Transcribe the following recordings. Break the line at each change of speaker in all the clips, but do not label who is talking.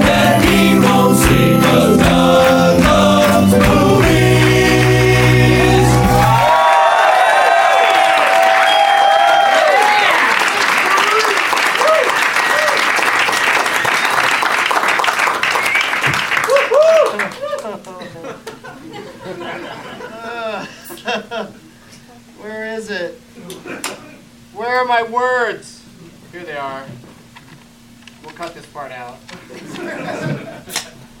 that he won't see. 'Cause Doug loves movies.
Where is it? Where are my words? Here they are. We'll cut this part out.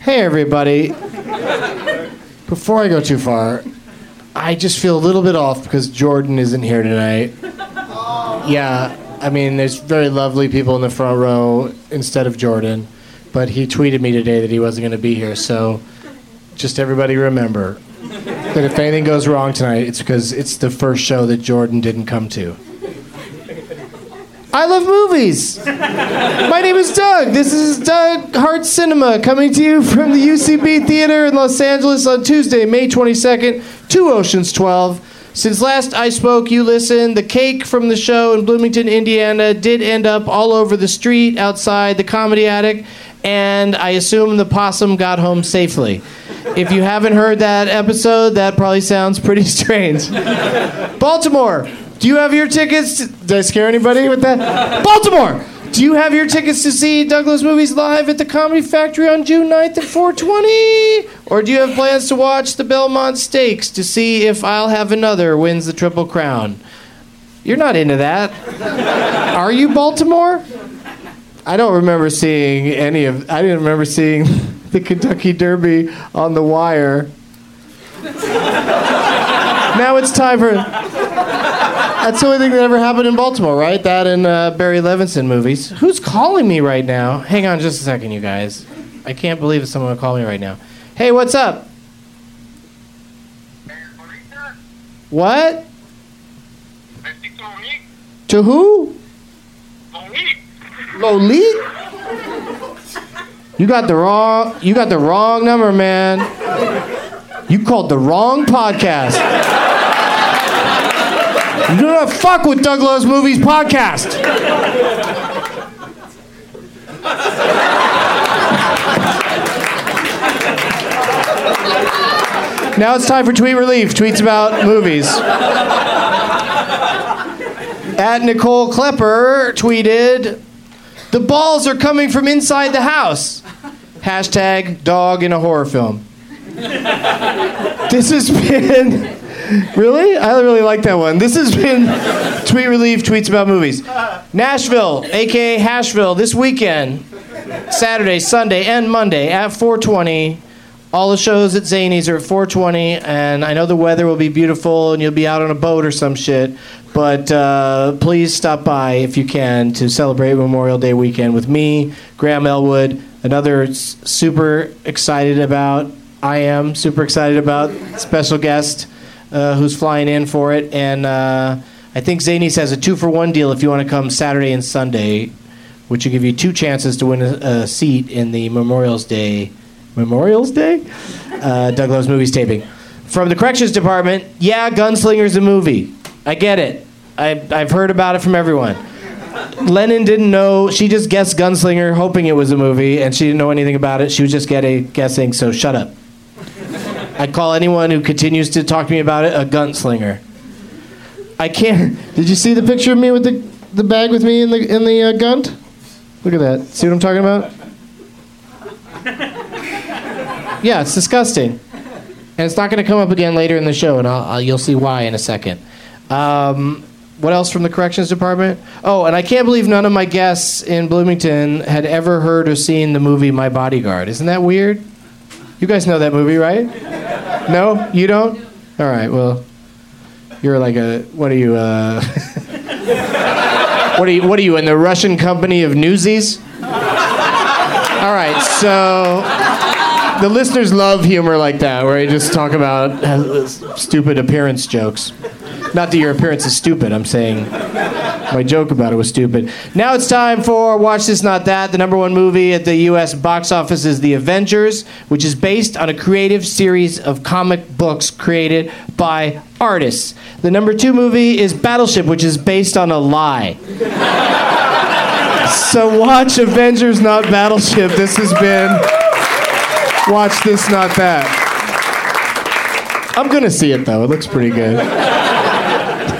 Hey, everybody. Before I go too far, I just feel a little bit off because Jordan isn't here tonight. Yeah, I mean, there's very lovely people in the front row instead of Jordan, but he tweeted me today that he wasn't going to be here, so just everybody remember that if anything goes wrong tonight, it's because it's the first show that Jordan didn't come to. I love movies. My name is Doug. This is Doug Hart Cinema coming to you from the UCB Theater in Los Angeles on Tuesday, May 22nd, Two Oceans 12. Since last I spoke, you listened. The cake from the show in Bloomington, Indiana did end up all over the street outside the comedy attic, and I assume the possum got home safely. If you haven't heard that episode, that probably sounds pretty strange. Baltimore, do you have your tickets? To, did I scare anybody with that? Baltimore, do you have your tickets to see Douglas movies live at the Comedy Factory on June 9th at 420? Or do you have plans to watch the Belmont Stakes to see if I'll Have Another wins the Triple Crown? You're not into that. Are you, Baltimore? I don't remember seeing any of. I didn't remember seeing the Kentucky Derby on the wire.
now it's time for. That's the only thing that ever happened in Baltimore, right? That and uh, Barry Levinson movies. Who's calling me right now? Hang on just a second, you guys. I can't believe it's someone called me right now. Hey, what's up? What? To who? Lolita. You got the wrong. You got the wrong number, man. You called the wrong podcast. You do not fuck with Doug Loves Movies podcast. Now it's time for tweet relief. Tweets about movies. At Nicole Klepper tweeted, "The balls are coming from inside the house." Hashtag dog in a horror film this has been really i really like that one this has been tweet relief tweets about movies nashville aka hashville this weekend saturday sunday and monday at 420 all the shows at zany's are at 420 and i know the weather will be beautiful and you'll be out on a boat or some shit but uh, please stop by if you can to celebrate memorial day weekend with me graham elwood another s- super excited about I am super excited about special guest uh, who's flying in for it, and uh, I think Zanies has a two for one deal if you want to come Saturday and Sunday, which will give you two chances to win a, a seat in the Memorial's Day, Memorial's Day, uh, Doug Loves Movies taping. From the corrections department, yeah, Gunslinger's a movie. I get it. I, I've heard about it from everyone. Lennon didn't know. She just guessed Gunslinger, hoping it was a movie, and she didn't know anything about it. She was just getting, guessing, so shut up. I'd call anyone who continues to talk to me about it a gunslinger. I can't. Did you see the picture of me with the, the bag with me in the, in the uh, gunt? Look at that. See what I'm talking about? Yeah, it's disgusting. And it's not going to come up again later in the show, and I'll, I'll, you'll see why in a second. Um, what else from the corrections department? Oh, and I can't believe none of my guests in Bloomington had ever heard or seen the movie My Bodyguard. Isn't that weird? You guys know that movie, right? No, you don't. All right, well, you're like a what are you? Uh, what are you? What are you in the Russian company of Newsies? All right, so the listeners love humor like that, where you just talk about uh, stupid appearance jokes. Not that your appearance is stupid. I'm saying my joke about it was stupid. Now it's time for Watch This Not That. The number one movie at the U.S. box office is The Avengers, which is based on a creative series of comic books created by artists. The number two movie is Battleship, which is based on a lie. so watch Avengers, not Battleship. This has been Watch This Not That. I'm gonna see it though. It looks pretty good.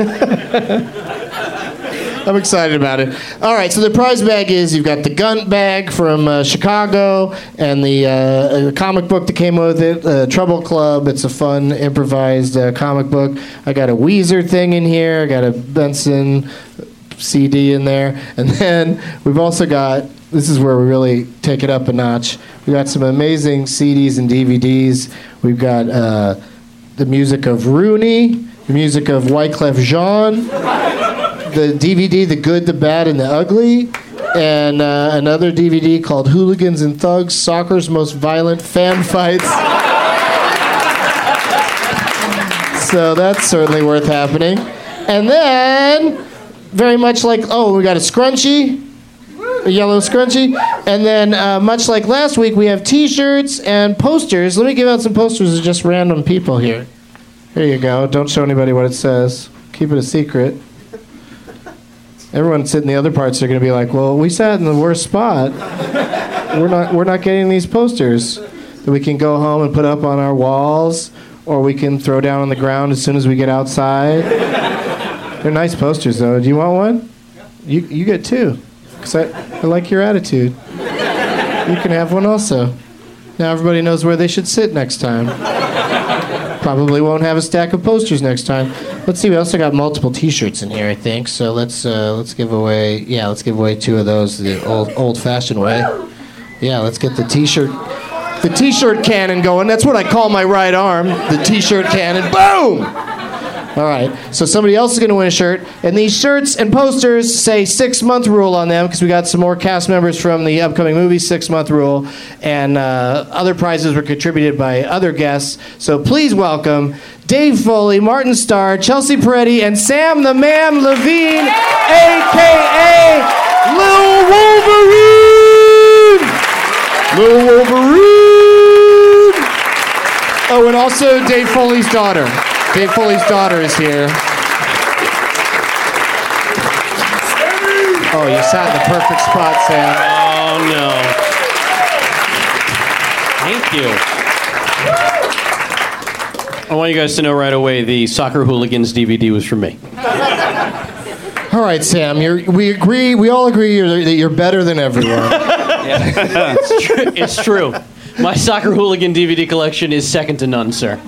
I'm excited about it. All right, so the prize bag is you've got the gun bag from uh, Chicago and the uh, uh, comic book that came with it, uh, Trouble Club. It's a fun improvised uh, comic book. I got a Weezer thing in here. I got a Benson CD in there, and then we've also got. This is where we really take it up a notch. We got some amazing CDs and DVDs. We've got uh, the music of Rooney, the music of Wyclef Jean the DVD, The Good, the Bad, and the Ugly, and uh, another DVD called Hooligans and Thugs Soccer's Most Violent Fan Fights. so that's certainly worth happening. And then, very much like, oh, we got a scrunchie. A yellow scrunchie, and then uh, much like last week, we have T-shirts and posters. Let me give out some posters to just random people here. Here you go. Don't show anybody what it says. Keep it a secret. Everyone sitting in the other parts are going to be like, "Well, we sat in the worst spot. We're not we're not getting these posters that we can go home and put up on our walls, or we can throw down on the ground as soon as we get outside." They're nice posters, though. Do you want one? You you get two, because I, I like your attitude. You can have one also. Now everybody knows where they should sit next time. Probably won't have a stack of posters next time. Let's see. We also got multiple T-shirts in here, I think. So let's uh, let's give away. Yeah, let's give away two of those the old old-fashioned way. Yeah, let's get the T-shirt the T-shirt cannon going. That's what I call my right arm. The T-shirt cannon. Boom. All right. So somebody else is going to win a shirt, and these shirts and posters say six month rule on them because we got some more cast members from the upcoming movie Six Month Rule, and uh, other prizes were contributed by other guests. So please welcome Dave Foley, Martin Starr, Chelsea Peretti, and Sam the Man Levine, aka Lil Wolverine. Lil Wolverine. Oh, and also Dave Foley's daughter. Dave Foley's daughter is here. Oh, you sat in the perfect spot, Sam.
Oh no. Thank you. I want you guys to know right away the Soccer Hooligans DVD was from me.
All right, Sam. You're, we agree. We all agree you're, that you're better than everyone.
It's true. It's true. My Soccer Hooligan DVD collection is second to none, sir.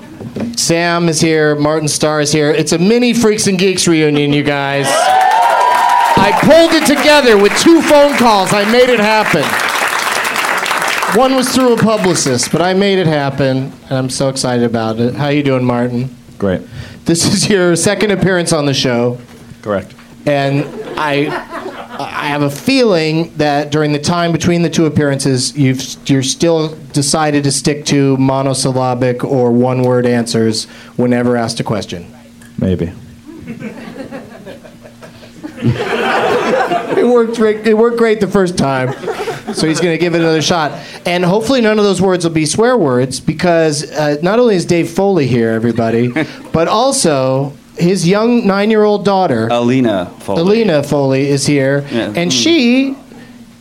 Sam is here. Martin Starr is here. It's a mini Freaks and Geeks reunion, you guys. I pulled it together with two phone calls. I made it happen. One was through a publicist, but I made it happen, and I'm so excited about it. How you doing, Martin?
Great.
This is your second appearance on the show.
Correct.
and I I have a feeling that during the time between the two appearances, you've you're still decided to stick to monosyllabic or one-word answers whenever asked a question.
Maybe.
It worked. Great, it worked great the first time, so he's going to give it another shot. And hopefully, none of those words will be swear words because uh, not only is Dave Foley here, everybody, but also his young nine-year-old daughter.
Alina Foley.
Alina Foley is here,
Yeah.
and
Mm.
she,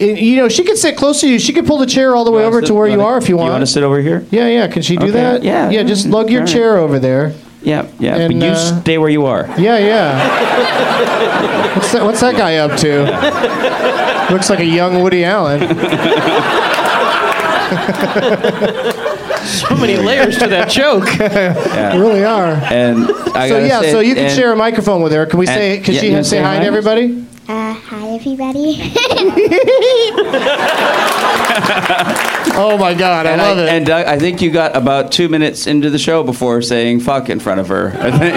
i- you know, she could sit close to you. She could pull the chair all the way
Wanna
over
sit-
to where you
wanna-
are if you want.
You want to sit over here?
Yeah, yeah. Can she do
Okay,
that?
yeah.
yeah. Just lug your
All right.
chair over there.
Yeah, yeah. but
And,
you
uh,
stay where you are.
Yeah, yeah. what's, that, what's that guy up to? Looks like a young Woody Allen.
How many layers to that joke?
really are.
And I
so
gotta
yeah,
say-
so you can
and-
share a microphone with her. Can we
and-
say? Can
yeah,
she
you wanna
say hi to everybody?
Uh, hi everybody.
Oh my God, I
And,
love
I,
it.
and Doug, I think you got about two minutes into the show before saying "fuck" in front of her. I think.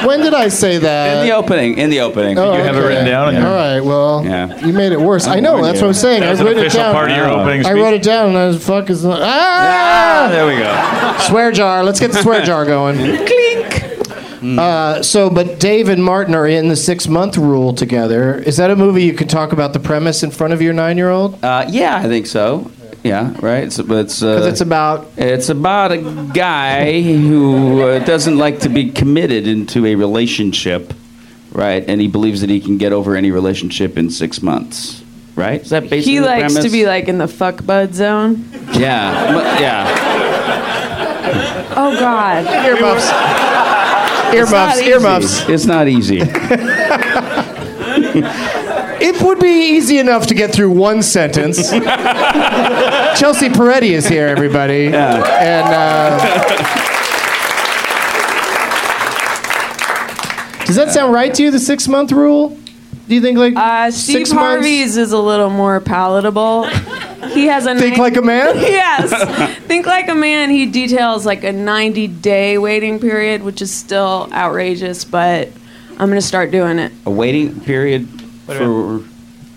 what? when did I say that?
in the opening. In the opening.
Oh,
You
have it
okay.
written down in
All right. Well,
Yeah.
you made it worse. i
I'm
know.
warning
That's
you.
what I'm saying.
That was
I
an
wrote it
official
down.
part of your opening
I
speech.
wrote it down. And I was fuck is not.
Ah,
Ah!
there we go.
swear jar. Let's get the swear jar going. Clink. Uh, so, but Dave and Martin are in the six month rule together. Is that a movie you can talk about the premise in front of your nine year old?
Uh, yeah, I think so. Yeah, right. It's, but it's, uh,
Because it's about
It's about a guy who uh, doesn't like to be committed into a relationship, right? And he believes that he can get over any relationship in six months, right? Is that basically
He
the
likes to
premise?
be like in the fuck bud zone.
yeah, mu- yeah.
Oh God.
earmuffs. earmuffs. Earmuffs.
It's not easy.
It would be easy enough to get through one sentence. Chelsea Peretti is here, everybody. And uh, does that sound right to you? The six month rule? Do you think like
Uh, Steve
six
Harvey's is a little more palatable. He has a
months? Think
nine-
like a man.
yes. Think like a man. He details like a 90 day waiting period, which is still outrageous, but I'm gonna start doing it.
a waiting period for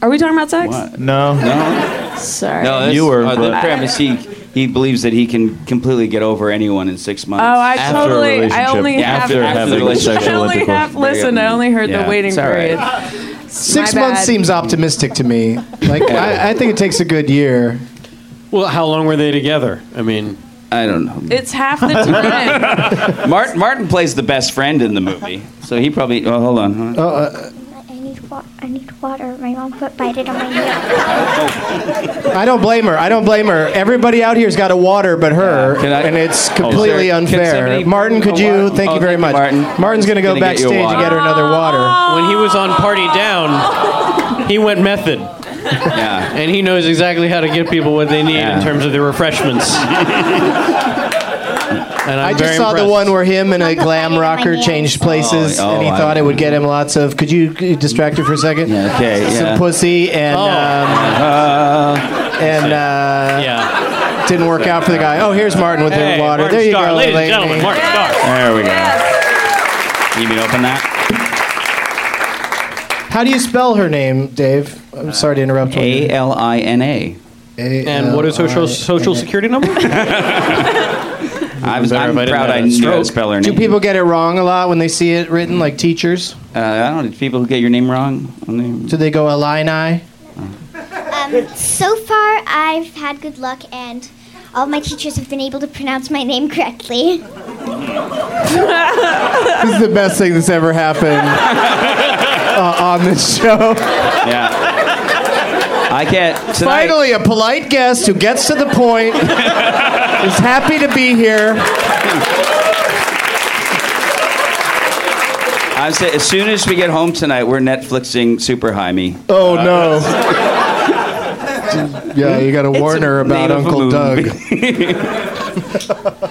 Are we talking about sex?
what?
No.
No,
Sorry.
no. This,
You were,
uh, the
but-
premise. He he believes that he can completely get over anyone in six months.
Oh, I
After a
totally. I
relationship.
only
Yeah,
have.
after
having
I
sexual
only
intercourse.
have listened. I only heard
Yeah,
the waiting
it's all right.
period.
Six
My
months
bad.
seems optimistic to me. Like I, I think it takes a good year.
Well, how long were they together? I mean,
I don't know.
It's half the time.
Martin Martin plays the best friend in the movie, so he probably. Oh, hold on. huh?
I need wa- I need water. My mom put bited on my nail.
I don't blame her. I don't blame her. Everybody out here's got a water but her,
Yeah, can I-
and it's
Is
completely
there- can
unfair.
somebody-
Martin, could
Oh,
you?
Martin.
Thank
Oh,
you very
thank you,
much.
Martin.
Martin's going to go
Gonna get you a
backstage and
water.
get her another water.
when he was on Party Down, he went method,
Yeah.
and he knows exactly how to get people what they need
Yeah.
in terms of their refreshments. and I'm
I just
very
saw
impressed.
the one where him and a glam rocker
hands.
changed places,
Oh,
and he
oh,
thought
I-
it would get him lots of. Could you distract her for a second?
Yeah, Oh. okay,
Some
yeah.
pussy and
Oh.
um, and uh,
Yeah.
Didn't work out for the guy. Oh, here's Martin with
Hey,
the water.
Martin
there you
Starr.
go,
Ladies and gentlemen, Martin Starr. There we go. You mean open that?
How do you spell her name, Dave? I'm sorry to interrupt.
A L I N E. A.
E.
And what is her social, social security number?
I was I'm
I didn't
proud
have
I
a
knew how to
stroke.
spell her
Do
name.
people get it wrong a lot when they see it written, like teachers?
uh, I don't know. Did people get your name wrong? On the-
Do they go Illini?
Um, so far, I've had good luck, and all my teachers have been able to pronounce my name correctly.
This is the best thing that's ever happened uh, on this show.
Yeah. I can't. Tonight,
Finally, a polite guest who gets to the point is happy to be here.
I'm saying as soon as we get home tonight, we're Netflixing Super High Me.
Oh no! yeah, you got to warn
It's a
her about
name of a
Uncle Doug.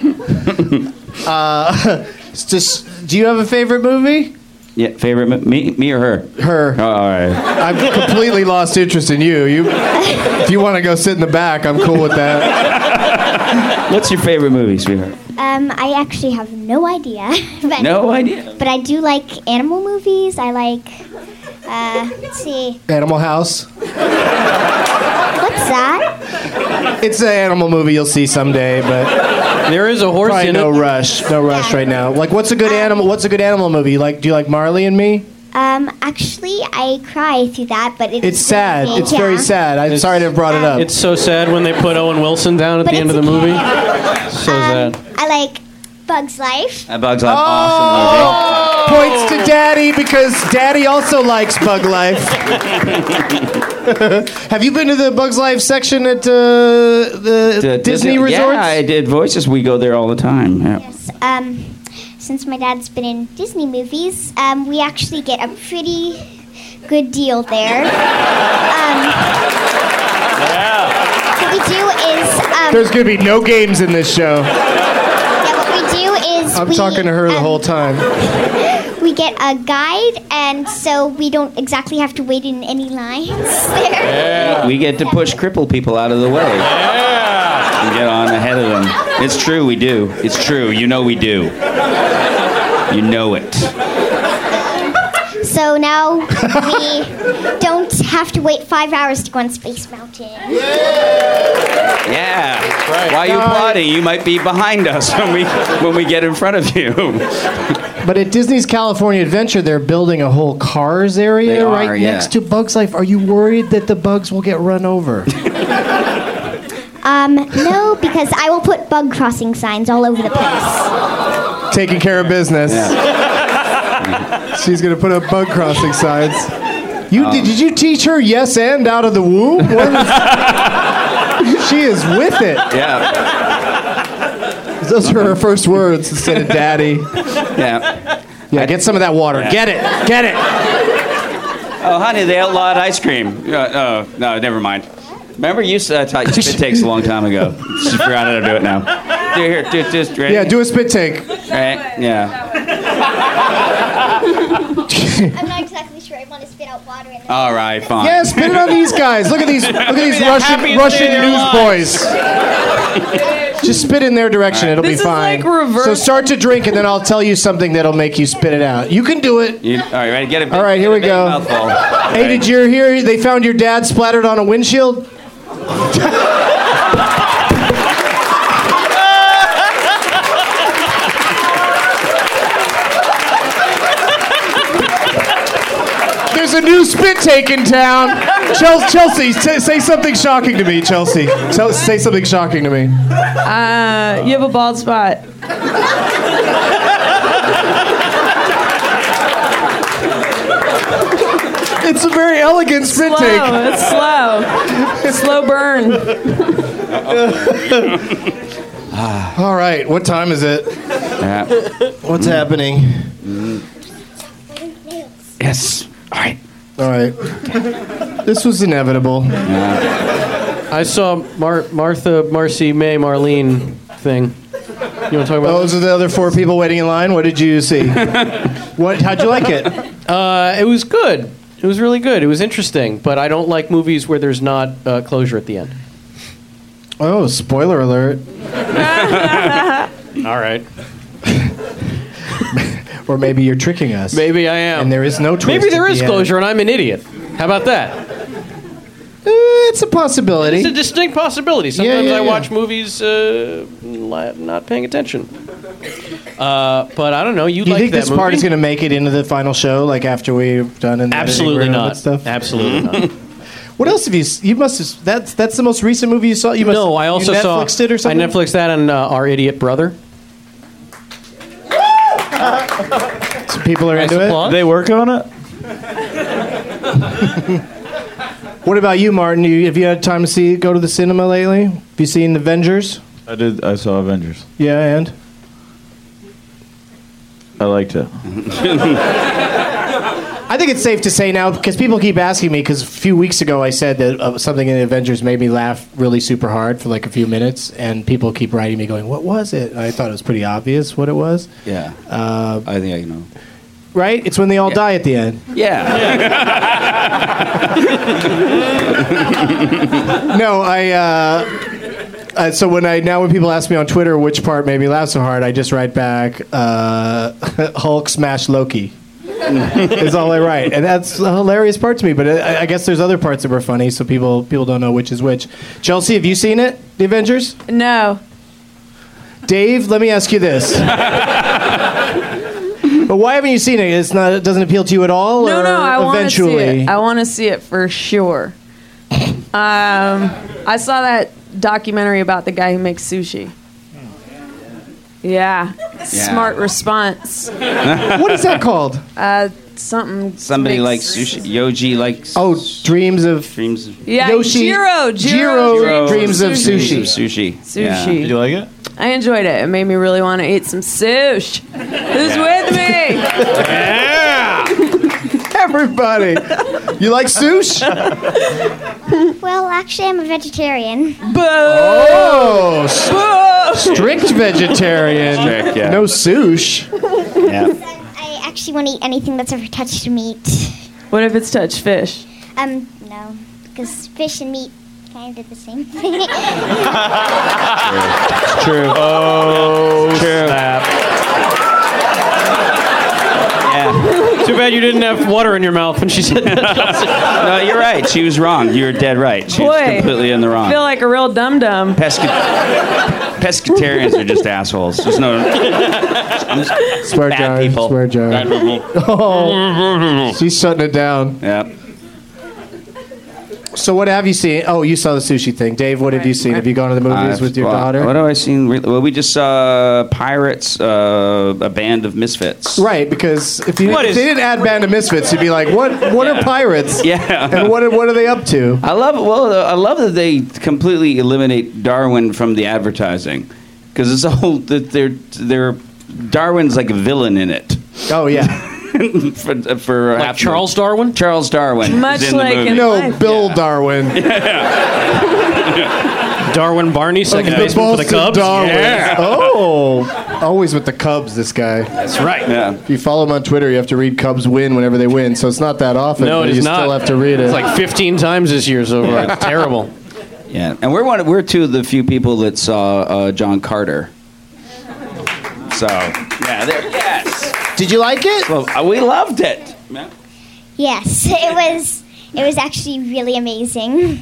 movie.
It's just, do you have a favorite movie?
yeah, favorite mo- me, me or her?
Her.
Oh, all right.
I've completely lost interest in you. You, if you want to go sit in the back, I'm cool with that.
What's your favorite movie, sweetheart?
Um, I actually have no idea. but,
No idea.
But I do like animal movies. I like. Uh, let's see.
Animal House.
What's that?
It's an animal movie you'll see someday, but
There is a horse
probably
in
no
it.
rush. No rush right now. Like, what's a good animal? What's a good animal movie? You Like, do you like Marley and Me?
Um, actually, I cry through that, but it's.
It's sad. It's very sad. um, I'm
It's-
sorry to have brought it up.
It's so sad when they put Owen Wilson down at
But
the end of
it's
the movie. So
Um,
sad.
I like Bugs Life.
That Bugs Life, awesome movie.
Oh! Points to Daddy because Daddy also likes Bug Life. Have you been to the Bugs Life section at uh, the
The
Disney, resorts?
Yeah, I did voices. We go there all the time. Yeah.
Um, since my dad's been in Disney movies, um, we actually get a pretty good deal there. Um, What we do is um,
There's gonna be no games in this show.
yeah, what we do is
I'm
we,
talking to her the
um,
whole time.
We get a guide, and so we don't exactly have to wait in any lines there.
We get to push crippled people out of the way. Yeah. And get on ahead of them. It's true, we do. It's true. You know we do. You know it.
So now we don't have to wait five hours to go on Space Mountain.
Yeah. Why are you applauding? You might be behind us when we when we get in front of you.
But at Disney's California Adventure, they're building a whole cars area
They are,
right
yeah.
next to Bugs Life. Are you worried that the bugs will get run over?
Um, no, because I will put bug crossing signs all over the place.
Taking care of business. She's gonna put up bug crossing signs. You
Um,
did, did you teach her yes and out of the womb? What is- she is with it.
Yeah.
Those were her first words instead of daddy.
Yeah.
Yeah, get some of that water.
Yeah.
Get it. Get it.
Oh, honey, they outlawed ice cream. Uh, oh, no, never mind. Remember, you uh, taught you spit takes a long time ago. She forgot how to do it now. Do here, do just ready?
Yeah, do a spit take.
Right? Yeah.
I'm not exactly sure I want to spit out water in the
All right, fine.
Yeah, spit it on these guys. Look at these. Look at these Russian
happiest day
Russian
of
newsboys. Just spit in their direction. It'll
This
be
is
fine.
like reverse-
So start to drink, and then I'll tell you something that'll make you spit it out. You can do it.
You, all right, ready? Get a big,
All right,
get
here
a
we
big
go.
Mouthful.
Hey, did you hear? They found your dad splattered on a windshield. There's a new spit take in town. Chel- Chelsea, say say something shocking to me. Chelsea, Chel- say something shocking to me.
Uh, you have a bald spot.
It's a very elegant spit take.
Slow. It's slow. slow burn.
All right, what time is it?
Yeah.
What's happening?
Yes. All right.
All right. This was inevitable.
I saw Mar- Martha, Marcy, May, Marlene thing. You want to talk about?
Those are the other four people waiting in line. What did you see? what? How'd you like it?
Uh, it was good. It was really good. It was interesting, but I don't like movies where there's not uh, closure at the end.
Oh, spoiler alert.
All right.
Or maybe you're tricking us.
Maybe I am.
And there is no twist.
Maybe there
at
is
the end.
closure and I'm an idiot. How about that?
Eh, it's a possibility.
It's a distinct possibility.
Yeah, yeah,
Sometimes I
yeah.
watch movies uh, la- not paying attention. Uh, but I don't know. You
Do you
like
think
that
this part
movie?
is going to make it into the final show, like after we've done and editing
Absolutely
room and
not.
Stuff?
Absolutely not.
What else have you? s- You must have. That's that's the most recent movie you saw. You must.
no, I also
you
saw.
Netflixed it or something.
I Netflixed that on uh, Our Idiot Brother.
So people are into it.
Applause.
They work on it?
What about you, Martin? You, have you had time to see go to the cinema lately? Have you seen Avengers?
I did. I saw Avengers.
Yeah, and
I liked it.
I think it's safe to say now because people keep asking me because a few weeks ago I said that uh, something in Avengers made me laugh really super hard for like a few minutes, and people keep writing me going, "What was it?" And I thought it was pretty obvious what it was,
Yeah. Uh, I think I know.
right? It's when they all die at the end.
Yeah.
no, I. Uh, uh, so when I now when people ask me on Twitter which part made me laugh so hard, I just write back uh, Hulk smash Loki. is all I write, and that's a hilarious part to me. But uh, I, I guess there's other parts that were funny, so people people don't know which is which. Chelsea, have you seen it, The Avengers?
No.
Dave, let me ask you this. but why haven't you seen it? It's not. It doesn't appeal to you at all.
No,
or
no, I want to see
eventually.
it. I want to see it for sure. Um, I saw that documentary about the guy who makes sushi. Yeah. Smart response.
what is that called?
Uh, something.
Somebody likes
makes-
sushi. Yoji likes.
Oh, dreams of
Dreams of
Yeah,
Yoshi-
Jiro.
Jiro
Jiro.
Oh, Dreams of
Dreams of
sushi.
Sushi.
Sushi.
Did you like it?
I enjoyed it. It made me really want to eat some sushi. Who's with me?
everybody. You like sushi?
Well, actually, I'm a vegetarian.
Boo!
Oh,
Boo!
strict vegetarian.
Strict, yeah.
No sushi.
Yeah.
I actually won't eat anything that's ever touched meat.
What if it's touch fish?
Um, no, because fish and meat kind of did the same thing.
True. Oh, snap.
Too bad you didn't have water in your mouth when she said that.
No, you're right. She was wrong. You're dead right. She was
Boy.
completely in the wrong.
I feel like a real dum dum.
Pesca- pescatarians are just assholes. There's no
Swear
Bad
jar.
people.
Swear jar. She's shutting it down.
Yeah.
So what have you seen? Oh, you saw the sushi thing, Dave. What have you seen? Have you gone to the movies
I've-
with your
well,
daughter?
What have I seen? re- Well, we just saw Pirates, uh, a band of misfits.
Right, because if you
What
if
is-
they didn't add Band of Misfits, you'd be like, what? What are pirates?
Yeah.
And what are, what are they up to?
I love well, uh, I love that they completely eliminate Darwin from the advertising because it's all that they're they're Darwin's like a villain in it
Oh yeah.
for, for half
Like
the-
Charles Darwin?
Charles Darwin. is
Much
in the
like
movie.
in-
No, Bill Darwin.
Darwin Barney, second
the
baseman for the
Boston
Cubs.
Darwin.
Yeah.
Oh, always with the Cubs. This guy.
That's right.
Yeah.
If you follow him on Twitter, you have to read Cubs win whenever they win. So it's not that often.
No,
but
it is
you
not.
still have to read it.
It's like 15 times this year so far. It's terrible.
Yeah, and we're one. We're two of the few people that saw uh, John Carter. So yeah, there, yes.
Did you like it?
Well, uh, we loved it. Yeah.
yes, it was. It was actually really amazing.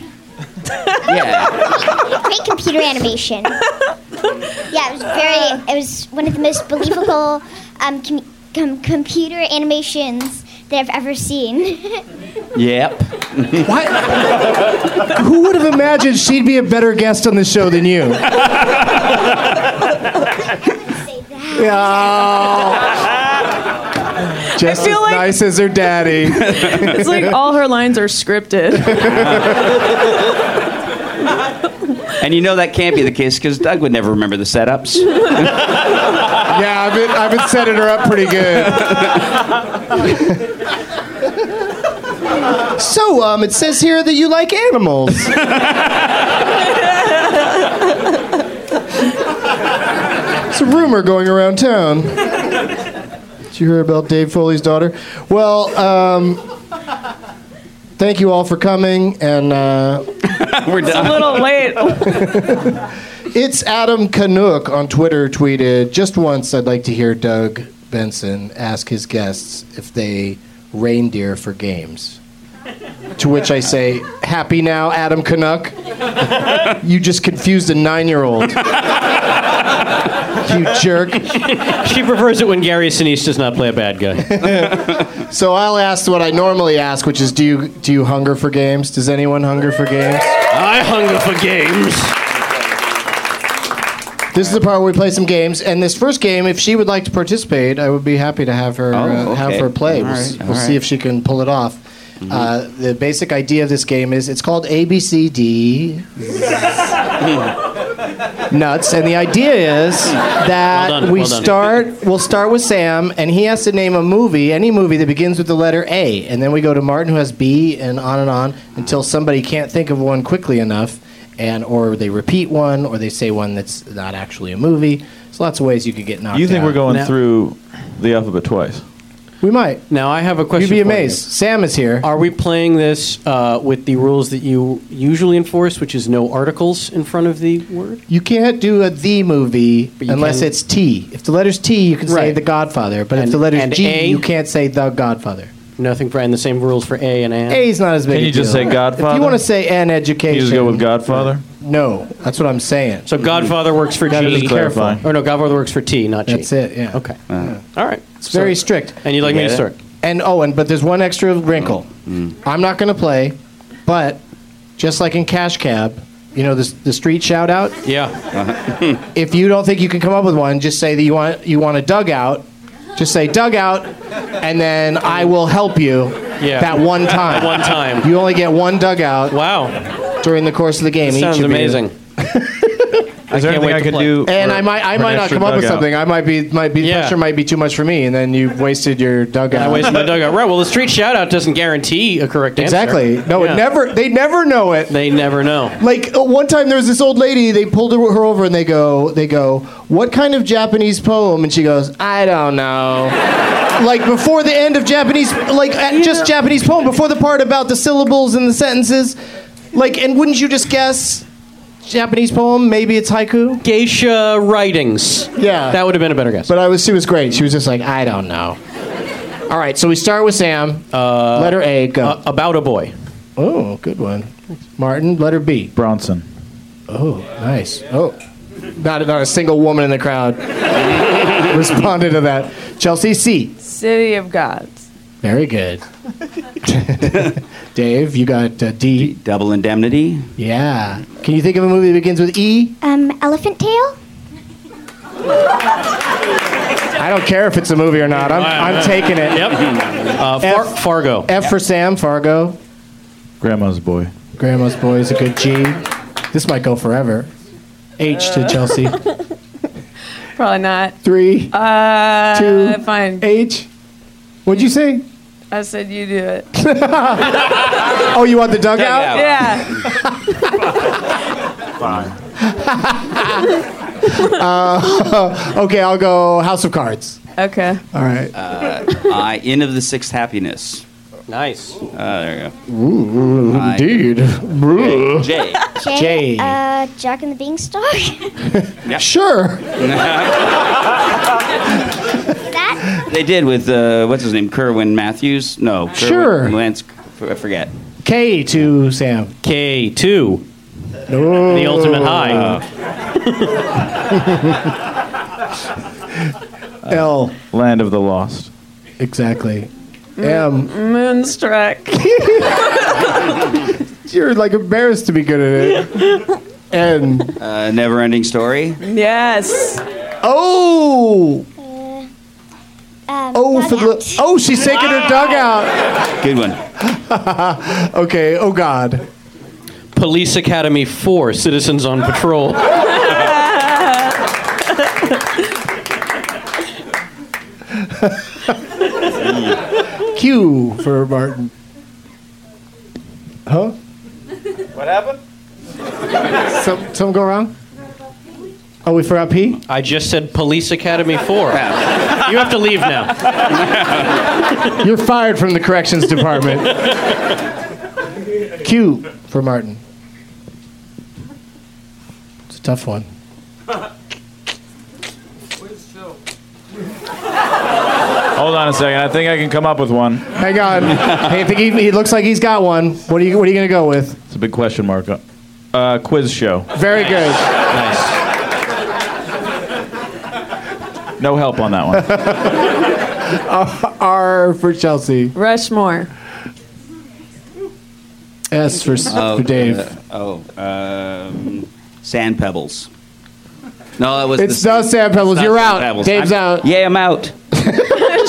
Yeah.
Great computer animation. Yeah, it was very. It was one of the most believable um, com- com- computer animations that I've ever seen.
yep.
Who would have imagined she'd be a better guest on the show than you? Yeah. Just
feel
as
like-
nice as her daddy.
It's like all her lines are scripted.
And you know that can't be the case because Doug would never remember the setups.
Yeah, I've been, I've been setting her up pretty good. so, um, it says here that you like animals. it's a rumor going around town. Did you hear about Dave Foley's daughter? Well, um, Thank you all for coming, and uh,
We're done.
It's a little late.
It's Adam Canuck on Twitter tweeted just once. I'd like to hear Doug Benson ask his guests if they reindeer for games. to which I say, "Happy now, Adam Canuck? you just confused a nine-year-old. you jerk."
she prefers it when Gary Sinise does not play a bad guy.
So I'll ask what I normally ask, which is, "Do you do you hunger for games? Does anyone hunger for games?"
I hunger for games.
This is the part where we play some games, and this first game, if she would like to participate, I would be happy to have her uh,
Oh, okay.
have her play. We'll,
All
s-
right, all
we'll see
right. Mm-hmm.
if she can pull it off. Uh, the basic idea of this game is it's called ABCD nuts, and the idea is
Hmm.
that
Well done,
we
well done.
start. We'll start with Sam, and he has to name a movie, any movie that begins with the letter A, and then we go to Martin, who has B, and on and on until somebody can't think of one quickly enough, and or they repeat one, or they say one that's not actually a movie. There's lots of ways you could get knocked.
You think
out.
we're going
Now-
through the alphabet twice?
We might.
Now I have a question.
You'd be
for
amazed. Sam is here.
Are we playing this uh, with the rules that you usually enforce, which is no articles in front of the word?
You can't do a the movie
you
unless
can-
it's T. If the letter's T, you can say
Right.
The Godfather. But if
And-
the letter's
and
G,
A?
you can't say The Godfather.
Nothing for and the same rules for A and and.
A is not as big.
Can
a
you just
deal.
say Godfather?
If you want to say an education,
You just go with Godfather.
No, that's what I'm saying.
So Godfather works for
Gotta
G.
be
careful.
Or no, Godfather works for T, not G.
That's it. Yeah.
Okay. All right.
It's very strict.
And you'd like me to
Get it?
start?
And oh, and but there's one extra wrinkle.
Mm.
I'm not going to play, but just like in Cash Cab, you know the the street shout out.
Yeah.
If you don't think you can come up with one, just say that you want you want a dugout. Just say dugout, and then I will help you.
Yeah.
That one time.
One time.
You only get one dugout
Wow.
during the course of the game.
That
each
sounds
of you.
amazing.
Is there
can't wait
anything I
to
could
play.
do?
And
for-
I might, I
for an
might not
extra
come up with
dugout?
something. I might be, might be
Yeah.
pressure might be too much for me, and then you wasted your dugout.
I wasted my dugout. Right. Well, the street shout out doesn't guarantee a correct answer.
exactly. No,
Yeah.
it never. They never know it.
They never know.
Like uh, one time, there was this old lady. They pulled her her over, and they go, they go, what kind of Japanese poem? And she goes, I don't know. like before the end of Japanese, like at just Japanese poem, before the part about the syllables and the sentences, like, and wouldn't you just guess? Japanese poem, maybe it's haiku.
Geisha writings.
Yeah.
That would have been a better guess.
But I was she was great. She was just like, I don't know. All right, so we start with Sam. Uh, letter A, go.
Uh, about a boy.
oh, good one. Martin, letter B.
Bronson.
Oh, nice. Oh. Not, not a single woman in the crowd responded to that. Chelsea C.
City of Gods.
Very good. Dave, you got uh, D.
Double indemnity.
Yeah. Can you think of a movie that begins with E?
Um, elephant tail?
I don't care if it's a movie or not. I'm, I'm taking it.
Yep. Uh, Far-
F.
Fargo.
F for Sam, Fargo.
Grandma's boy.
Grandma's boy is a good G. This might go forever. H to Chelsea.
Probably not.
Three,
Uh,
Two.
Fine.
H. What'd you say?
I said you do it.
Oh, you want the dugout?
Dugout.
Yeah.
Okay, I'll go House of Cards.
Okay.
All right.
I Uh, end of the sixth happiness.
Nice.
Uh, there you
Indeed.
go. J.
J.
Uh, Jack and the Beanstalk?
Sure.
that?
they did with uh, what's his name, Kerwin Matthews. No, Kerwin-
Sure.
Lance. I forget.
K to Sam.
K two. The ultimate
Uh,
high.
L.
Land of the Lost.
Exactly. M.
Moonstruck.
You're like embarrassed to be good at it. N.
Uh, never ending story.
yes.
Oh.
Um,
Oh for
dugout.
the. Oh, she's taking her dugout.
Good one.
Okay. Oh God.
Police Academy Four. Citizens on Patrol.
Q for Martin. Huh?
What happened?
Some, something go wrong? Oh, we forgot P.
I just said Police Academy Four. You have to leave now.
You're fired from the corrections department. Q for Martin. It's a tough one.
Hold on a second. I think I can come up with one.
Hang on. hey, I think he, he looks like he's got one. What are you What are you gonna go with?
It's a big question mark. Uh, quiz show.
Very good.
No help on that one.
R for Chelsea.
Rushmore.
S for, s- for Dave.
uh, oh, um, sand pebbles. No, that was.
It's
the
not sand pebbles.
It's not
You're
sand
out.
pebbles.
Dave's
I'm-
out.
Yeah, I'm out.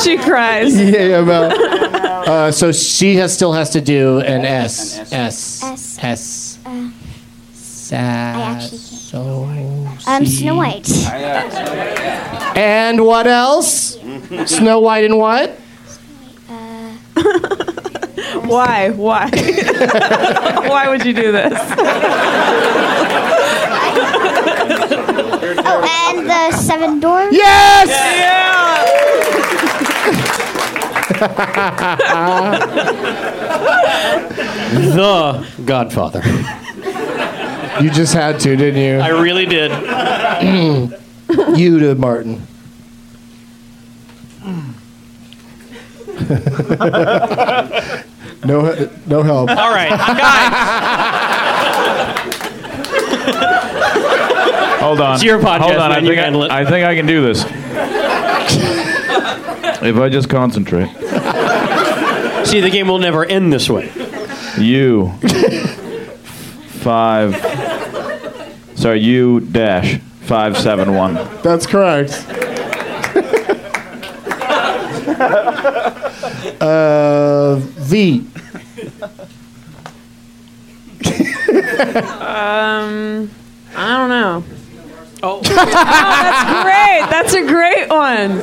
she cries.
Yeah, I'm out. Uh, so she has, still has to do an S. S.
S.
S.
Uh,
Sassy.
um, Snow White.
And what else? Snow White and what?
Why? Why? Why would you do this?
Oh, and the Seven Dwarfs.
Yes!
The Godfather.
You just had to, didn't you?
I really did.
you to Martin. no, no help.
All right, guys,
Hold on.
It's your podcast,
Hold on. I
man. You
think
handle it.
I, I think I can do this. if I just concentrate.
see the game will never end this way.
You. five. Sorry, you dash five seven one.
That's correct. uh, v.
Um, I don't know. Oh. that's great. That's a great one.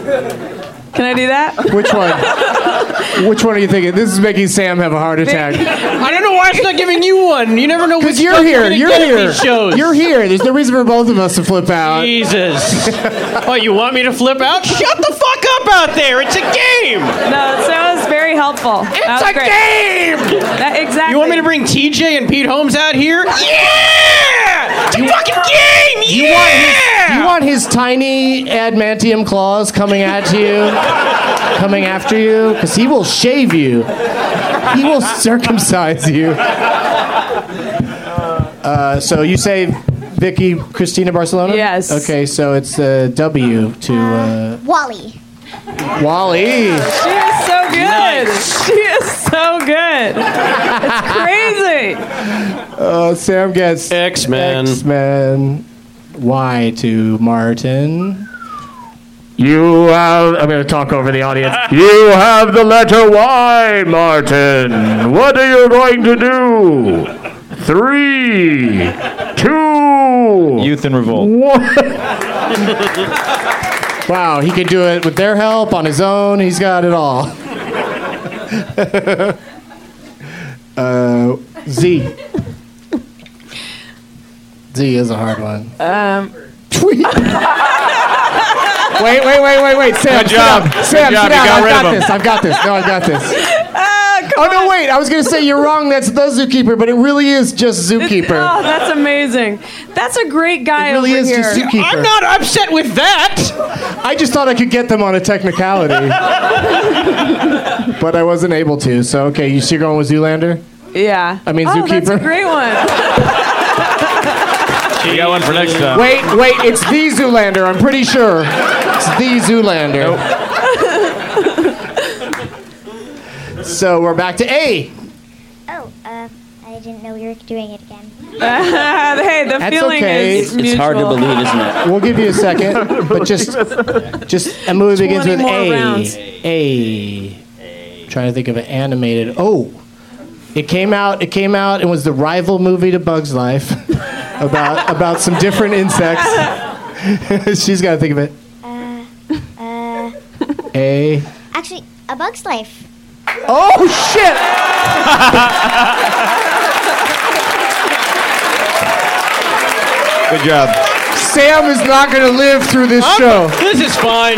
Can I do that?
Which one? Which one are you thinking? This is making Sam have a heart attack.
I don't know why it's not giving you one. You never know
Because
which
you're
stuff
here.
gonna
You're
get at
here.
these Shows.
You're here. There's no reason for both of us to flip out.
Jesus. oh, you want me to flip out? Shut the fuck up out there. It's a game.
No, so that was very helpful. It's that was great.
It's a game.
That- exactly.
You want me to bring TJ and Pete Holmes out here? Yeah! It's a fucking game! Yeah!
You want his, you want his tiny adamantium claws coming at you, coming after you, because he will shave you. He will circumcise you. Uh, so you say Vicky Christina Barcelona?
Yes.
Okay, so it's uh, W to uh,
Wally.
She
Wally.
is so good. She is so good. It's crazy.
Uh, Sam gets
X-Men.
X-Men. Y to Martin. You have. I'm going to talk over the audience.
You have the letter Y, Martin. What are you going to do? Three, two, youth and revolt.
Wow, he could do it with their help, on his own. He's got it all. uh, Z. Z is a hard one.
Um.
Tweet. wait, wait, wait, wait, wait. Sam,
Good
sit
job.
up.
Good
Sam,
job. You
sit down.
got
I've
rid of
got
him.
this. I've got this. No, I've got this.
Uh,
oh, no, wait. I was going to say you're wrong. That's the zookeeper, but it really is just
Oh,
zookeeper.
that's amazing. That's a great guy
It really
over
is
here.
just zookeeper.
I'm not upset with that.
I just thought I could get them on a technicality. but I wasn't able to. So, okay, you, so you're going with Zoolander?
yeah.
I mean,
oh, That's a
zookeeper.
great one.
You got one for next time.
Wait, wait, it's the Zoolander, I'm pretty sure. It's the Zoolander. so we're back to A.
Oh, um, I didn't know we were doing it again.
hey, the
That's
feeling
okay.
is
It's-
mutual.
It's hard to believe, isn't it?
We'll give you a second, but just just a movie begins
20
with
more
A.
rounds.
A. Trying to think of an animated. Oh, it came out. It came out and was the rival movie to Bug's Life, about about some different insects. She's got to think of it.
Uh,
A.
actually, A Bug's Life.
Oh shit!
Good job.
Sam is not going to live through this show.
This is fine.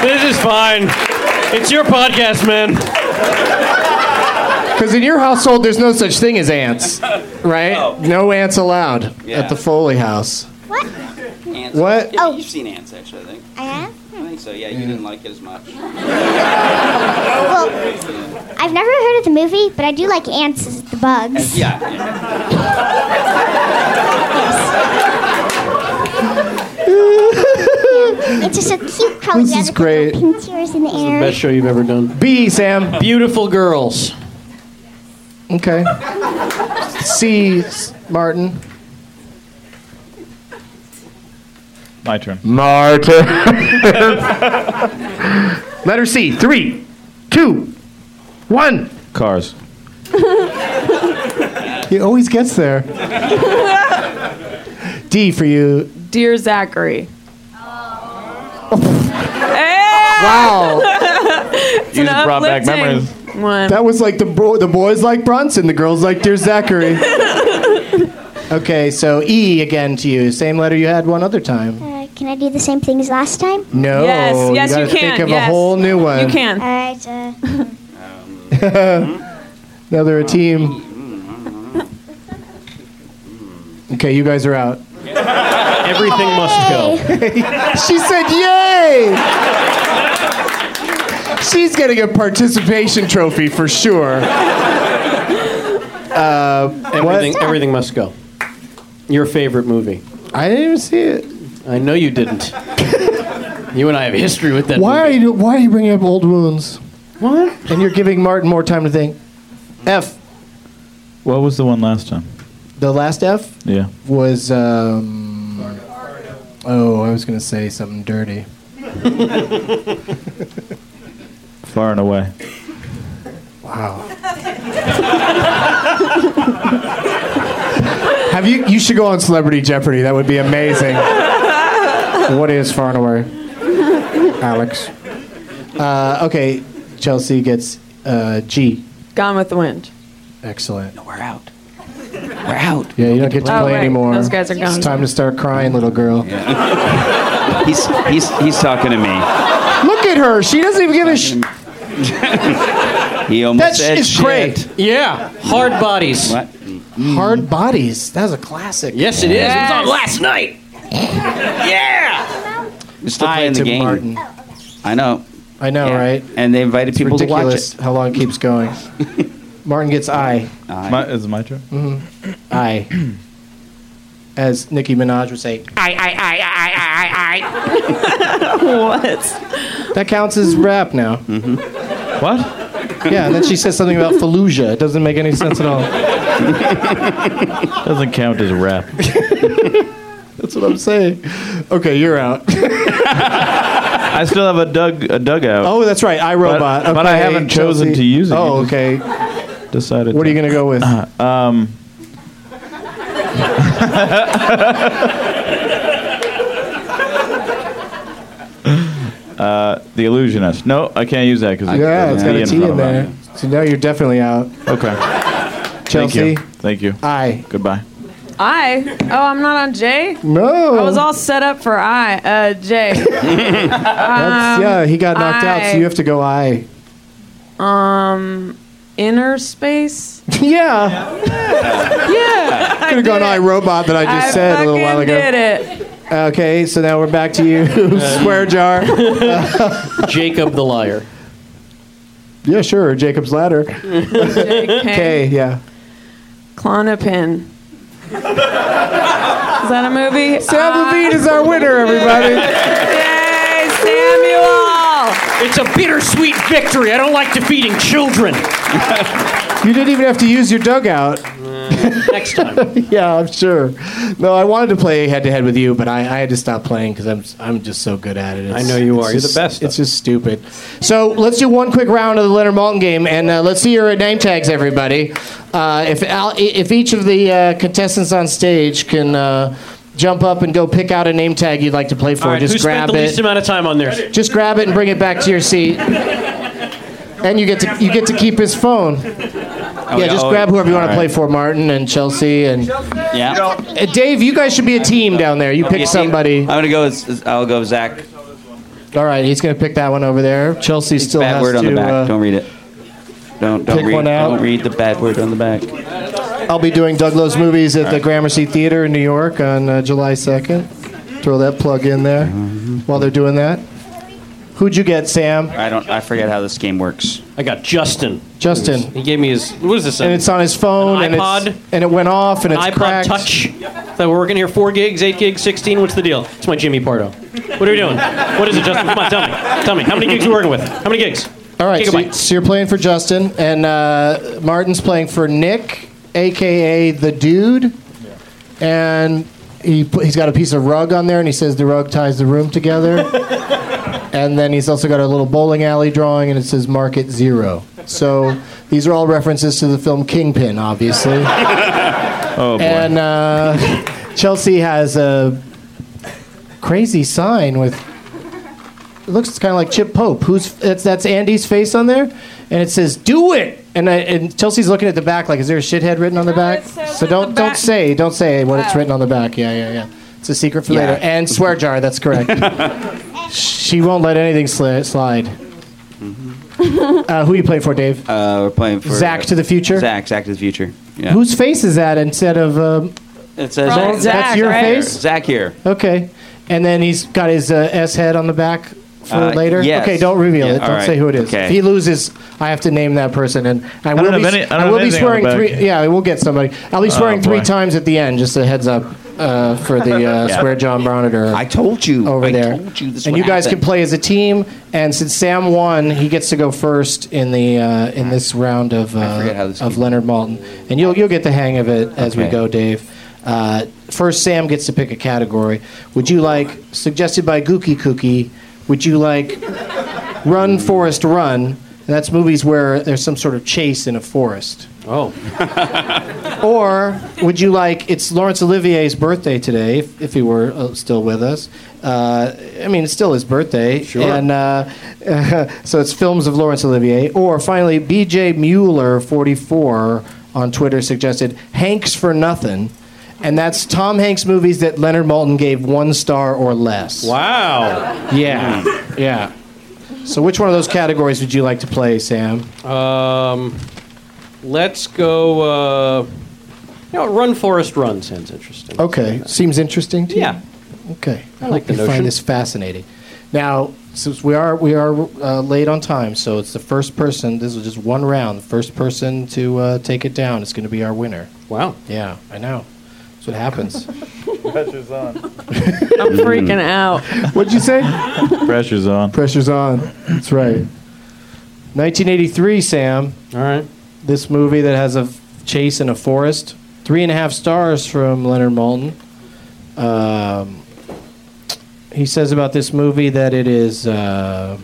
This is fine. It's your podcast, man.
Because in your household, there's no such thing as ants, right? No ants allowed at the Foley house.
What?
Ants.
What?
Yeah, You've seen ants, actually, I think.
I have?
I think so, yeah. You didn't like it as much.
Well, I've never heard of the movie, but I do like ants as the bugs.
Yeah, yeah.
it's just a cute color.
This is great.
Pink tears in the air.
Best show you've ever done.
B, Sam.
Beautiful girls.
Okay. C, Martin.
My turn.
Martin. Letter C. Three, two, one.
Cars.
He always gets there. D for you.
Dear Zachary.
Wow.
it's an uplifting One.
That was like the bro- the boys like Bronson, the girls like Dear Zachary. okay, so E again to you. Same letter you had one other time.
Uh, can I do the same thing as last time?
No.
Yes, yes, you
gotta
can,
Think of
yes.
a whole new one.
You can.
All right. Uh,
now they're a team. Okay, you guys are out.
Everything must go.
she said, "Yay!" She's getting a participation trophy for sure. Uh,
Everything,
what?
everything must go. Your favorite movie?
I didn't even see it.
I know you didn't. you and I have history with that.
Why are
movie.
you Why are you bringing up old wounds?
What?
And you're giving Martin more time to think. F.
What was the one last time?
The last F
Yeah.
was. Um, oh, I was gonna say something dirty.
Far and away.
Wow. Have you? You should go on Celebrity Jeopardy. That would be amazing. what is far and away, Alex? Uh, okay, Chelsea gets uh, G.
Gone with the Wind.
Excellent.
We're out. We're out.
Yeah, you don't get to
Oh,
play
right.
anymore.
Those guys are gone.
It's time to start crying, little girl.
He's, he's, he's talking to me.
Look at her. She doesn't even give a sh-
He almost
That sh-
said
is
shit. Mm-hmm.
great.
Yeah, Hard Bodies.
What?
Hard bodies. That was a classic.
Yes, it is. It was on
Yes.
last night. yeah.
We're still
I
playing the
to
game.
Martin.
Oh,
I know.
I know,
Yeah.
right?
And they invited people
Ridiculous
to watch
how long it keeps going. Martin gets I.
My, is it my turn?
I. As Nicki Minaj would say, I, I, I, I, I, I, I. what? That counts as rap now.
What?
Yeah, and then she says something about Fallujah. It doesn't make any sense at all.
Doesn't count as a rap.
That's what I'm saying. Okay, you're out.
I still have a dug a dugout.
Oh, that's right, I Robot.
but I haven't chosen to use it.
Oh, okay.
Decided.
What are you
to-
gonna go with?
The illusionist. No, I can't use that because
yeah, it's got a T in there. So now you're definitely out.
Okay. Thank
Chelsea,
you. Thank you.
I.
Goodbye.
I. Oh, I'm not on J.
No.
I was all set up for I. Uh, J.
That's, yeah, he got knocked out, so
I-
you have to go I.
Um, inner space.
yeah.
Yeah.
Could have gone I robot that I just said a little while
fucking
ago.
did it.
Okay, so now we're back to you, Swear Jar.
Jacob the Liar.
yeah, sure. or Jacob's Ladder.
J.K.
Okay, yeah.
Clonopin. Is that a movie?
Sam Levine is our winner, everybody.
Yay, Samuel!
It's a bittersweet victory. I don't like defeating children.
You didn't even have to use your dugout.
Next time.
Yeah, I'm sure. No, I wanted to play head to head with you, but I, I had to stop playing because I'm I'm just so good at it. It's-
know you
it's
are. You're
just-
the best at
It's just stupid. So let's do one quick round of the Leonard Malton game, and uh, let's see your name tags, everybody. Uh, if Al, if each of the uh, contestants on stage can. Uh, Jump up and go pick out a name tag you'd like to play for.
All right,
just
who
grab
spent the
it.
least amount of time on theirs?
Just grab it and bring it back to your seat. And you get to you get to keep his phone. yeah, just
oh,
grab whoever you want to
all
play
right.
for, Martin and Chelsea and
Yeah.
Uh, Dave. You guys should be a team down there. You pick somebody.
I'm gonna go. With, I'll go with Zach.
All right, he's gonna pick that one over there. Chelsea still
Bad
has
word
to.
on the back.
uh,
Don't read it. Don't don't
Pick
read.
one out.
Don't read the bad word on the back.
I'll be doing Doug Lowe's movies at the Gramercy Theater in New York on uh, July 2nd. Throw that plug in there while they're doing that. Who'd you get, Sam?
I don't. I forget how this game works.
I got Justin.
Justin.
He gave me his. What is this?
And it's on his phone,
An
and
iPod.
it's and it went off, and it's
iPod
cracked.
Touch. So we're working here. Four gigs, eight gigs, sixteen. What's the deal? It's my Jimmy Pardo. What are we doing? What is it, Justin? Come on, tell me. Tell me. How many gigs are you working with? How many gigs?
All right, so,
Gigabyte.
you- so you're playing for Justin, and uh, Martin's playing for Nick, aka the Dude, and he pu- he's got a piece of rug on there, and he says the rug ties the room together, and then he's also got a little bowling alley drawing, and it says Market Zero. So these are all references to the film Kingpin, obviously.
Oh boy.
and uh, Chelsea has a crazy sign with. It looks kind of like Chip Pope. Who's that's, that's Andy's face on there, and it says "Do it." And I, and Chelsea's looking at the back like, is there a shithead written on the back? Oh. So don't don't say don't say what it's written on the back. Yeah yeah yeah. It's a secret for
Yeah.
later. And swear jar. That's correct. she won't let anything sli- slide. Uh, who you play for, Dave?
Uh, we're playing for
Zach to the future.
Zach, Zach to the future. Yeah.
Whose face is that instead of? Um,
It says
From Zach, That's your right? face?
Zach here.
Okay. And then he's got his uh, S head on the back for
Uh,
later.
yes.
Okay, don't reveal
Yeah,
it. Don't
all right.
say who it is.
Okay.
If he loses, I have to name that person, and I will
don't
be,
have any- I don't
I
have
will be
anything on the
swearing
back.
three. Yeah, we'll get somebody. I'll be
Oh,
swearing three
boy.
times at the end. Just a heads up uh, for the uh,
Yeah.
swear John Bronitor. I
told you
over
I
there.
told you this
and
would
you guys
happen.
can play as a team. And since Sam won, he gets to go first in the uh, in this round of uh, of Leonard Malton. And you'll you'll get the hang of it as we
Okay.
go, Dave. Uh, first, Sam gets to pick a category. Would you like suggested by Gookie Kookie? Would you like Run Forest Run? And that's movies where there's some sort of chase in a forest.
Oh.
Or would you like? It's Laurence Olivier's birthday today, if, if he were uh, still with us. Uh, I mean, it's still his birthday,
Sure.
and uh, so it's films of Laurence Olivier. Or finally, B.J. Mueller, 44, on Twitter suggested Hanks for Nothing, and that's Tom Hanks movies that Leonard Maltin gave one star or less.
Wow.
Yeah, yeah. So, which one of those categories would you like to play, Sam?
Um, let's go. Uh, you know, run forest run sounds interesting.
Okay, seems interesting to you.
Yeah.
Okay,
I like
hope
the
you
notion.
find this fascinating. Now, since we are we are uh, late on time, so it's the first person. This is just one round. The first person to uh, take it down is going to be our winner.
Wow.
Yeah, I know. That's what happens.
Pressure's on.
I'm freaking out.
What'd you say?
Pressure's on.
Pressure's on. That's right. 1983, Sam.
All right.
This movie that has a f- chase in a forest. Three and a half stars from Leonard Maltin. Um, he says about this movie that it is. Uh,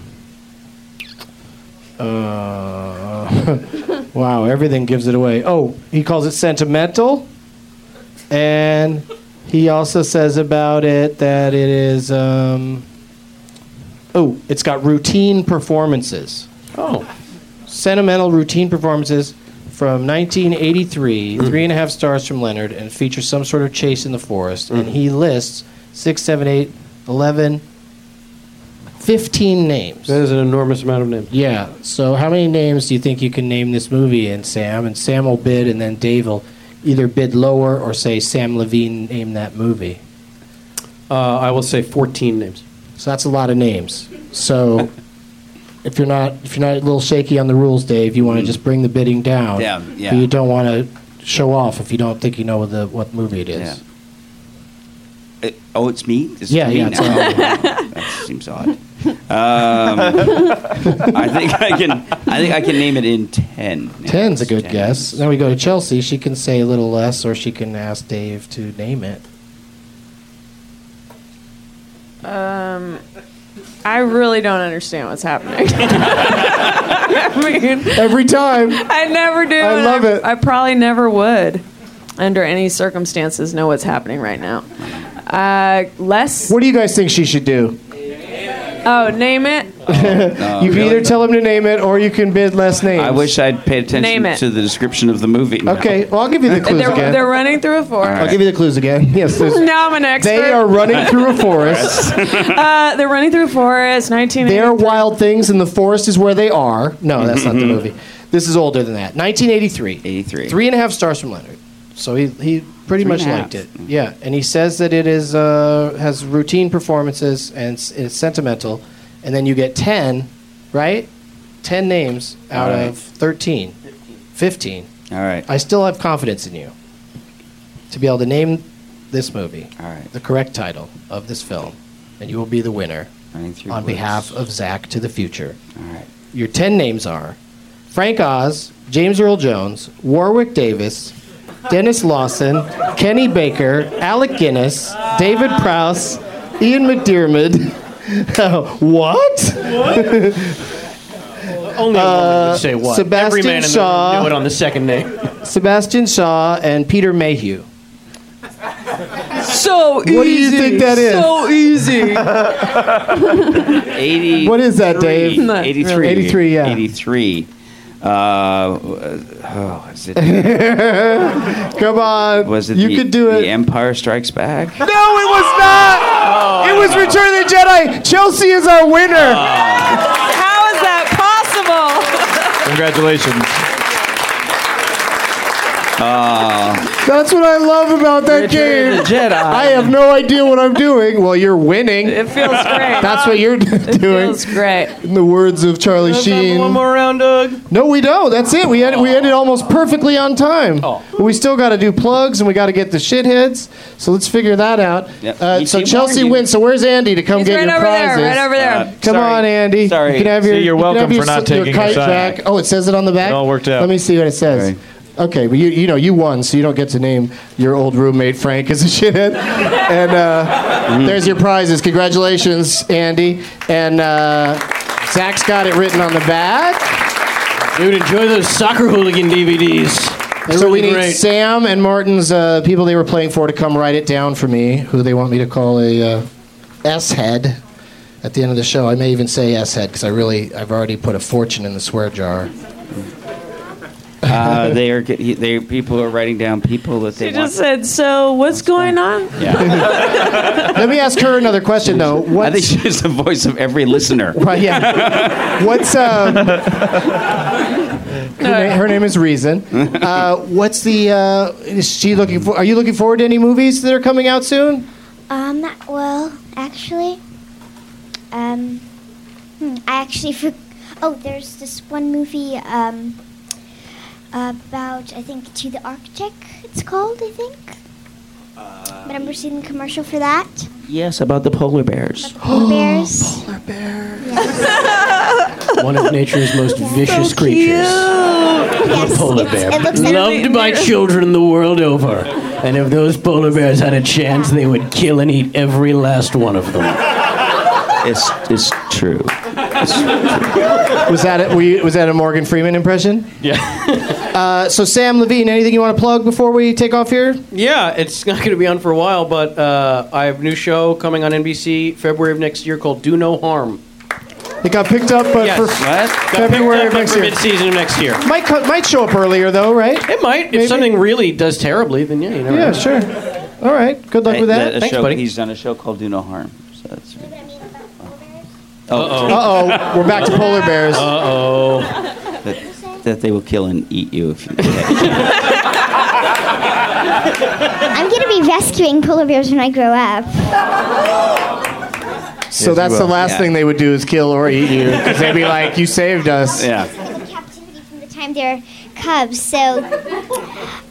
uh, wow, everything gives it away. Oh, he calls it sentimental. And he also says about it that it is. Um, oh, it's got routine performances.
Oh.
Sentimental routine performances from 1983, three and a half stars from Leonard, and features some sort of chase in the forest. And he lists six, seven, eight, 11, 15 names.
That is an enormous amount of names.
Yeah. So, how many names do you think you can name this movie in, Sam? And Sam will bid, and then Dave will either bid lower or say Sam Levine name that movie.
Uh, I will say 14 names.
So that's a lot of names. So if you're not if you're not a little shaky on the rules, Dave, you want to just bring the bidding down.
Mm-hmm. Yeah, yeah.
But you don't want to show off if you don't think you know what the what movie it is.
Yeah. Uh, oh, it's me. It's
Yeah,
me
yeah,
now.
it's all-
that seems odd. Um, I think I can. I think I can name it in ten.
Ten's a good guess. Now we go to Chelsea. She can say a little less, or she can ask Dave to name it.
Um, I really don't understand what's happening. I mean,
Every time.
I never do.
I
and
love it.
I probably never would, under any circumstances, know what's happening right now. Uh, less.
What do you guys think she should do?
Oh, name it.
you can
Oh, really?
either tell him to name it, or you can bid less names.
I wish I'd paid
Name
attention
it.
to the description of the movie. No.
Okay, well I'll give you the clues
They're,
again.
they're running through a forest.
I'll give you the clues again. Yes, there's,
Now I'm an expert.
they are running through a forest.
Uh, they're running through a forest. 1980.
Mm-hmm.
They are wild things, and the forest is where they are. No, that's not the movie. This is older than that. 1983.
83.
Three and a half stars from Leonard. So he, he pretty
Three
much
and a
liked
half.
it. Yeah, and he says that it is uh, has routine performances and it's, it's sentimental, and then you get ten, right? Ten names out
All right.
of 13, 15.
All right.
I still have confidence in you to be able to name this movie,
All right.
the correct title of this film, and you will be the winner on
words.
behalf of Zach to the future.
All right.
Your 10 names are Frank Oz, James Earl Jones, Warwick Davis, Dennis Lawson, Kenny Baker, Alec Guinness, David Prouse, Ian McDiarmid. what?
Only a woman would say what. Every
Sebastian
man in the room
Shaw.
knew it on the second name.
Sebastian Shaw and Peter Mayhew.
So
easy. What do you think that is?
So easy.
80.
What is that, Dave? Not
83.
really. 83, yeah.
83. Uh, oh, is it,
Come on.
was it
you
the-
could do it.
The Empire Strikes Back?
No, it was
Oh.
not. it was Return of the Jedi. Chelsea is our winner.
How is that
Congratulations.
Oh.
That's what I love about that
Return
game.
of the Jedi.
I have no idea what I'm doing. Well, you're winning.
possible? Um, It feels great.
That's what you're doing.
feels great.
In the words of Charlie
One
Sheen.
more round, Doug.
No, we don't. That's it. We had we ended almost perfectly on time.
Oh.
But we still got to do plugs and we got to get the shitheads. So let's figure that out.
Yep.
Uh,
You
so
keep
Chelsea
warning.
wins. So where's Andy to come
He's
get
right
your
over there.
prizes?
Right over
Uh,
there.
Come
sorry.
on, Andy.
Sorry.
You can have your,
See, you're
you can have
welcome
your
for not
s- your
taking
kite
us out.
back. Oh, it says it on the back?
It all worked out.
Let me see what it says.
Sorry.
Okay, but you, you know, you won, so you don't get to name your old roommate Frank as a shithead. and
Mm.
uh, there's your prizes. Congratulations, Andy. And uh, Zach's got it written on the back.
Dude, enjoy those soccer hooligan DVDs. They're
so we
really
need
great.
Sam and Martin's uh, people they were playing for to come write it down for me, who they want me to call a uh, S head at the end of the show. I may even say S head because I really I've already put a fortune in the swear jar.
Uh, they are. get- They people are writing down people that they
She
want.
just said, so what's going on?
yeah.
Let me ask her another question though.
I
What's,
think she's the voice of every listener.
Right, yeah. What's um, her, na- her name is Reason. Uh, what's the uh, is she looking for? Are you looking forward to any movies that are coming out soon?
Um, not well, actually. Um, hmm, I actually for oh, there's this one movie um about I think To the Arctic. It's called I think. I remember seeing the commercial for that.
Yes, about the polar bears.
Polar bears.
One of nature's most vicious creatures.
yes,
Polar
it's-
bear.
It looks like
Loved by children the world over. And if those polar bears had a chance, they would kill and eat every last one of them.
It's it's true.
Was that a, were you, was that a Morgan Freeman impression? Yeah. uh, so Sam Levine, anything you want to plug before we take off here?
Yeah, it's not going to be on for a while, but uh, I have a new show coming on NBC February of next year called Do No Harm.
It got picked up, but
Yes.
for,
What?
Got picked
February
up
of next
for
year.
mid-season of next year.
might co- might show up earlier though, right?
It might.
Maybe.
If something really does terribly, then yeah, you never
Yeah,
know.
sure. All right. Good luck with
A
that.
Thanks,
show-
buddy.
He's done a show called Do No Harm. So that's,
Uh oh, we're back to polar bears.
that they will kill and eat you if you.
I'm gonna be rescuing polar bears when I grow up.
So that's the last
Yeah.
thing they would do is kill or eat you because they'd be like, "You saved us."
yeah.
in captivity from the time they're cubs. So,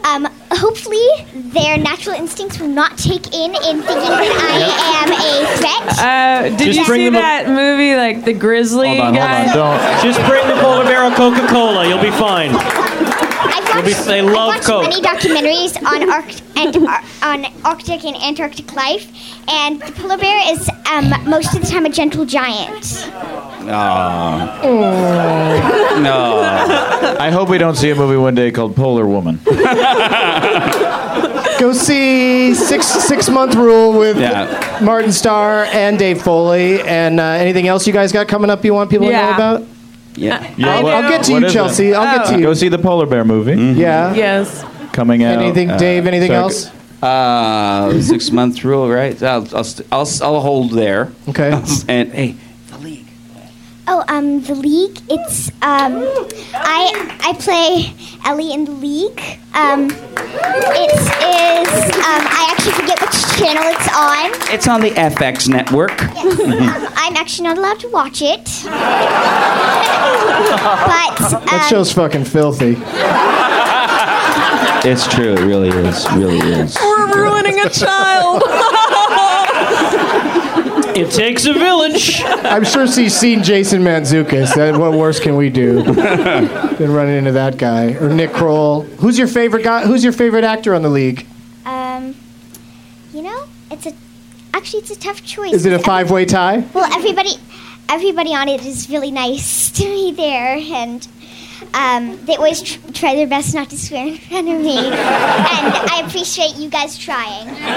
um, hopefully, their natural instincts will not take in in thinking that I am a threat.
Uh, did
Just
you
bring
see
them a-
that movie, like the grizzly
Hold on, hold
guy?
on.
Don't.
Just bring the polar bear a Coca-Cola. You'll be fine.
I've watched,
be- they love
I've watched
Coke.
many documentaries on Arct- and Ar- on Arctic and Antarctic life, and the polar bear is um, most of the time a gentle giant.
Aw. No.
I hope we don't see a movie one day called Polar Woman.
Go see six six month rule with
Yeah.
Martin Starr and Dave Foley. And uh, anything else you guys got coming up you want people
Yeah.
to know about?
Yeah.
Yeah,
I'll,
what-
I'll get to
what
you,
is it?
Chelsea. I'll get to
Go
you.
see the polar bear movie
Yeah.
Yes.
coming out.
Anything,
uh,
Dave? Anything
so-
else?
Uh, six month rule, right? I'll, I'll, st- I'll, s- I'll hold there.
Okay.
And hey, the league.
Oh, um, the league. It's um, I I play Ellie in the league. Um, it is um, I actually forget which channel it's on.
It's on the FX network.
Um, I'm actually not allowed to watch it. but um,
That show's fucking filthy.
It's true. It really is. Really is.
We're ruining a child.
It takes a village.
I'm sure she's seen Jason Manzukis. That- What worse can we do than running into that guy or Nick Kroll? Who's your favorite guy? Who's your favorite actor on the league?
um, you know, it's a actually it's a tough choice.
Is it a
Every-
five-way tie?
Well, everybody, everybody on it is really nice to me there, and um, they always tr- try their best not to swear in front of me, and I appreciate you guys trying.
Uh,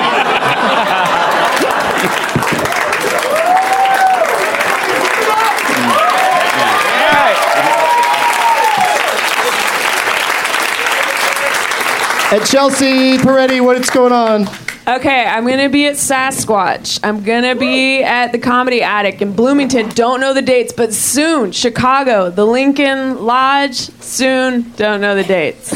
At Chelsea Peretti, what's going on?
Okay, I'm gonna be at Sasquatch. I'm gonna be at the Comedy Attic in Bloomington. Don't know the dates, but soon. Chicago, the Lincoln Lodge. Soon. Don't know the dates.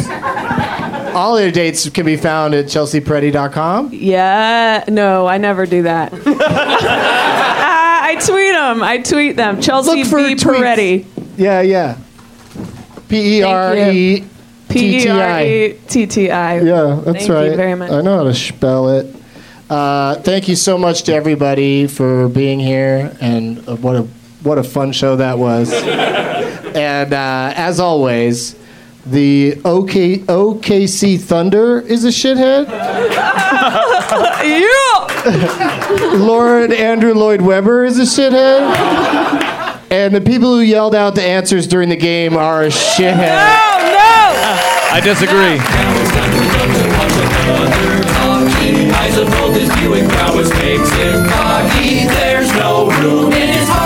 All of the dates can be found at chelseaperetti.com.
Yeah. No, I never do that. uh, I tweet them. I tweet them. Chelsea
Look for
B. Peretti.
tweets. Yeah, yeah. P E R E T T
E
I.
P-E-R-E-T-T-I.
Yeah, that's
Thank
right.
you very much.
I know how to spell it. Uh, thank you so much to everybody for being here, and uh, what a what a fun show that was. and uh, as always, the OK, OKC Thunder is a shithead. yeah. Lauren Andrew Lloyd Webber is a shithead. And the people who yelled out the answers during the game are a shithead.
I disagree.
Isofold is viewing prowess makes him cocky. There's no room in his heart.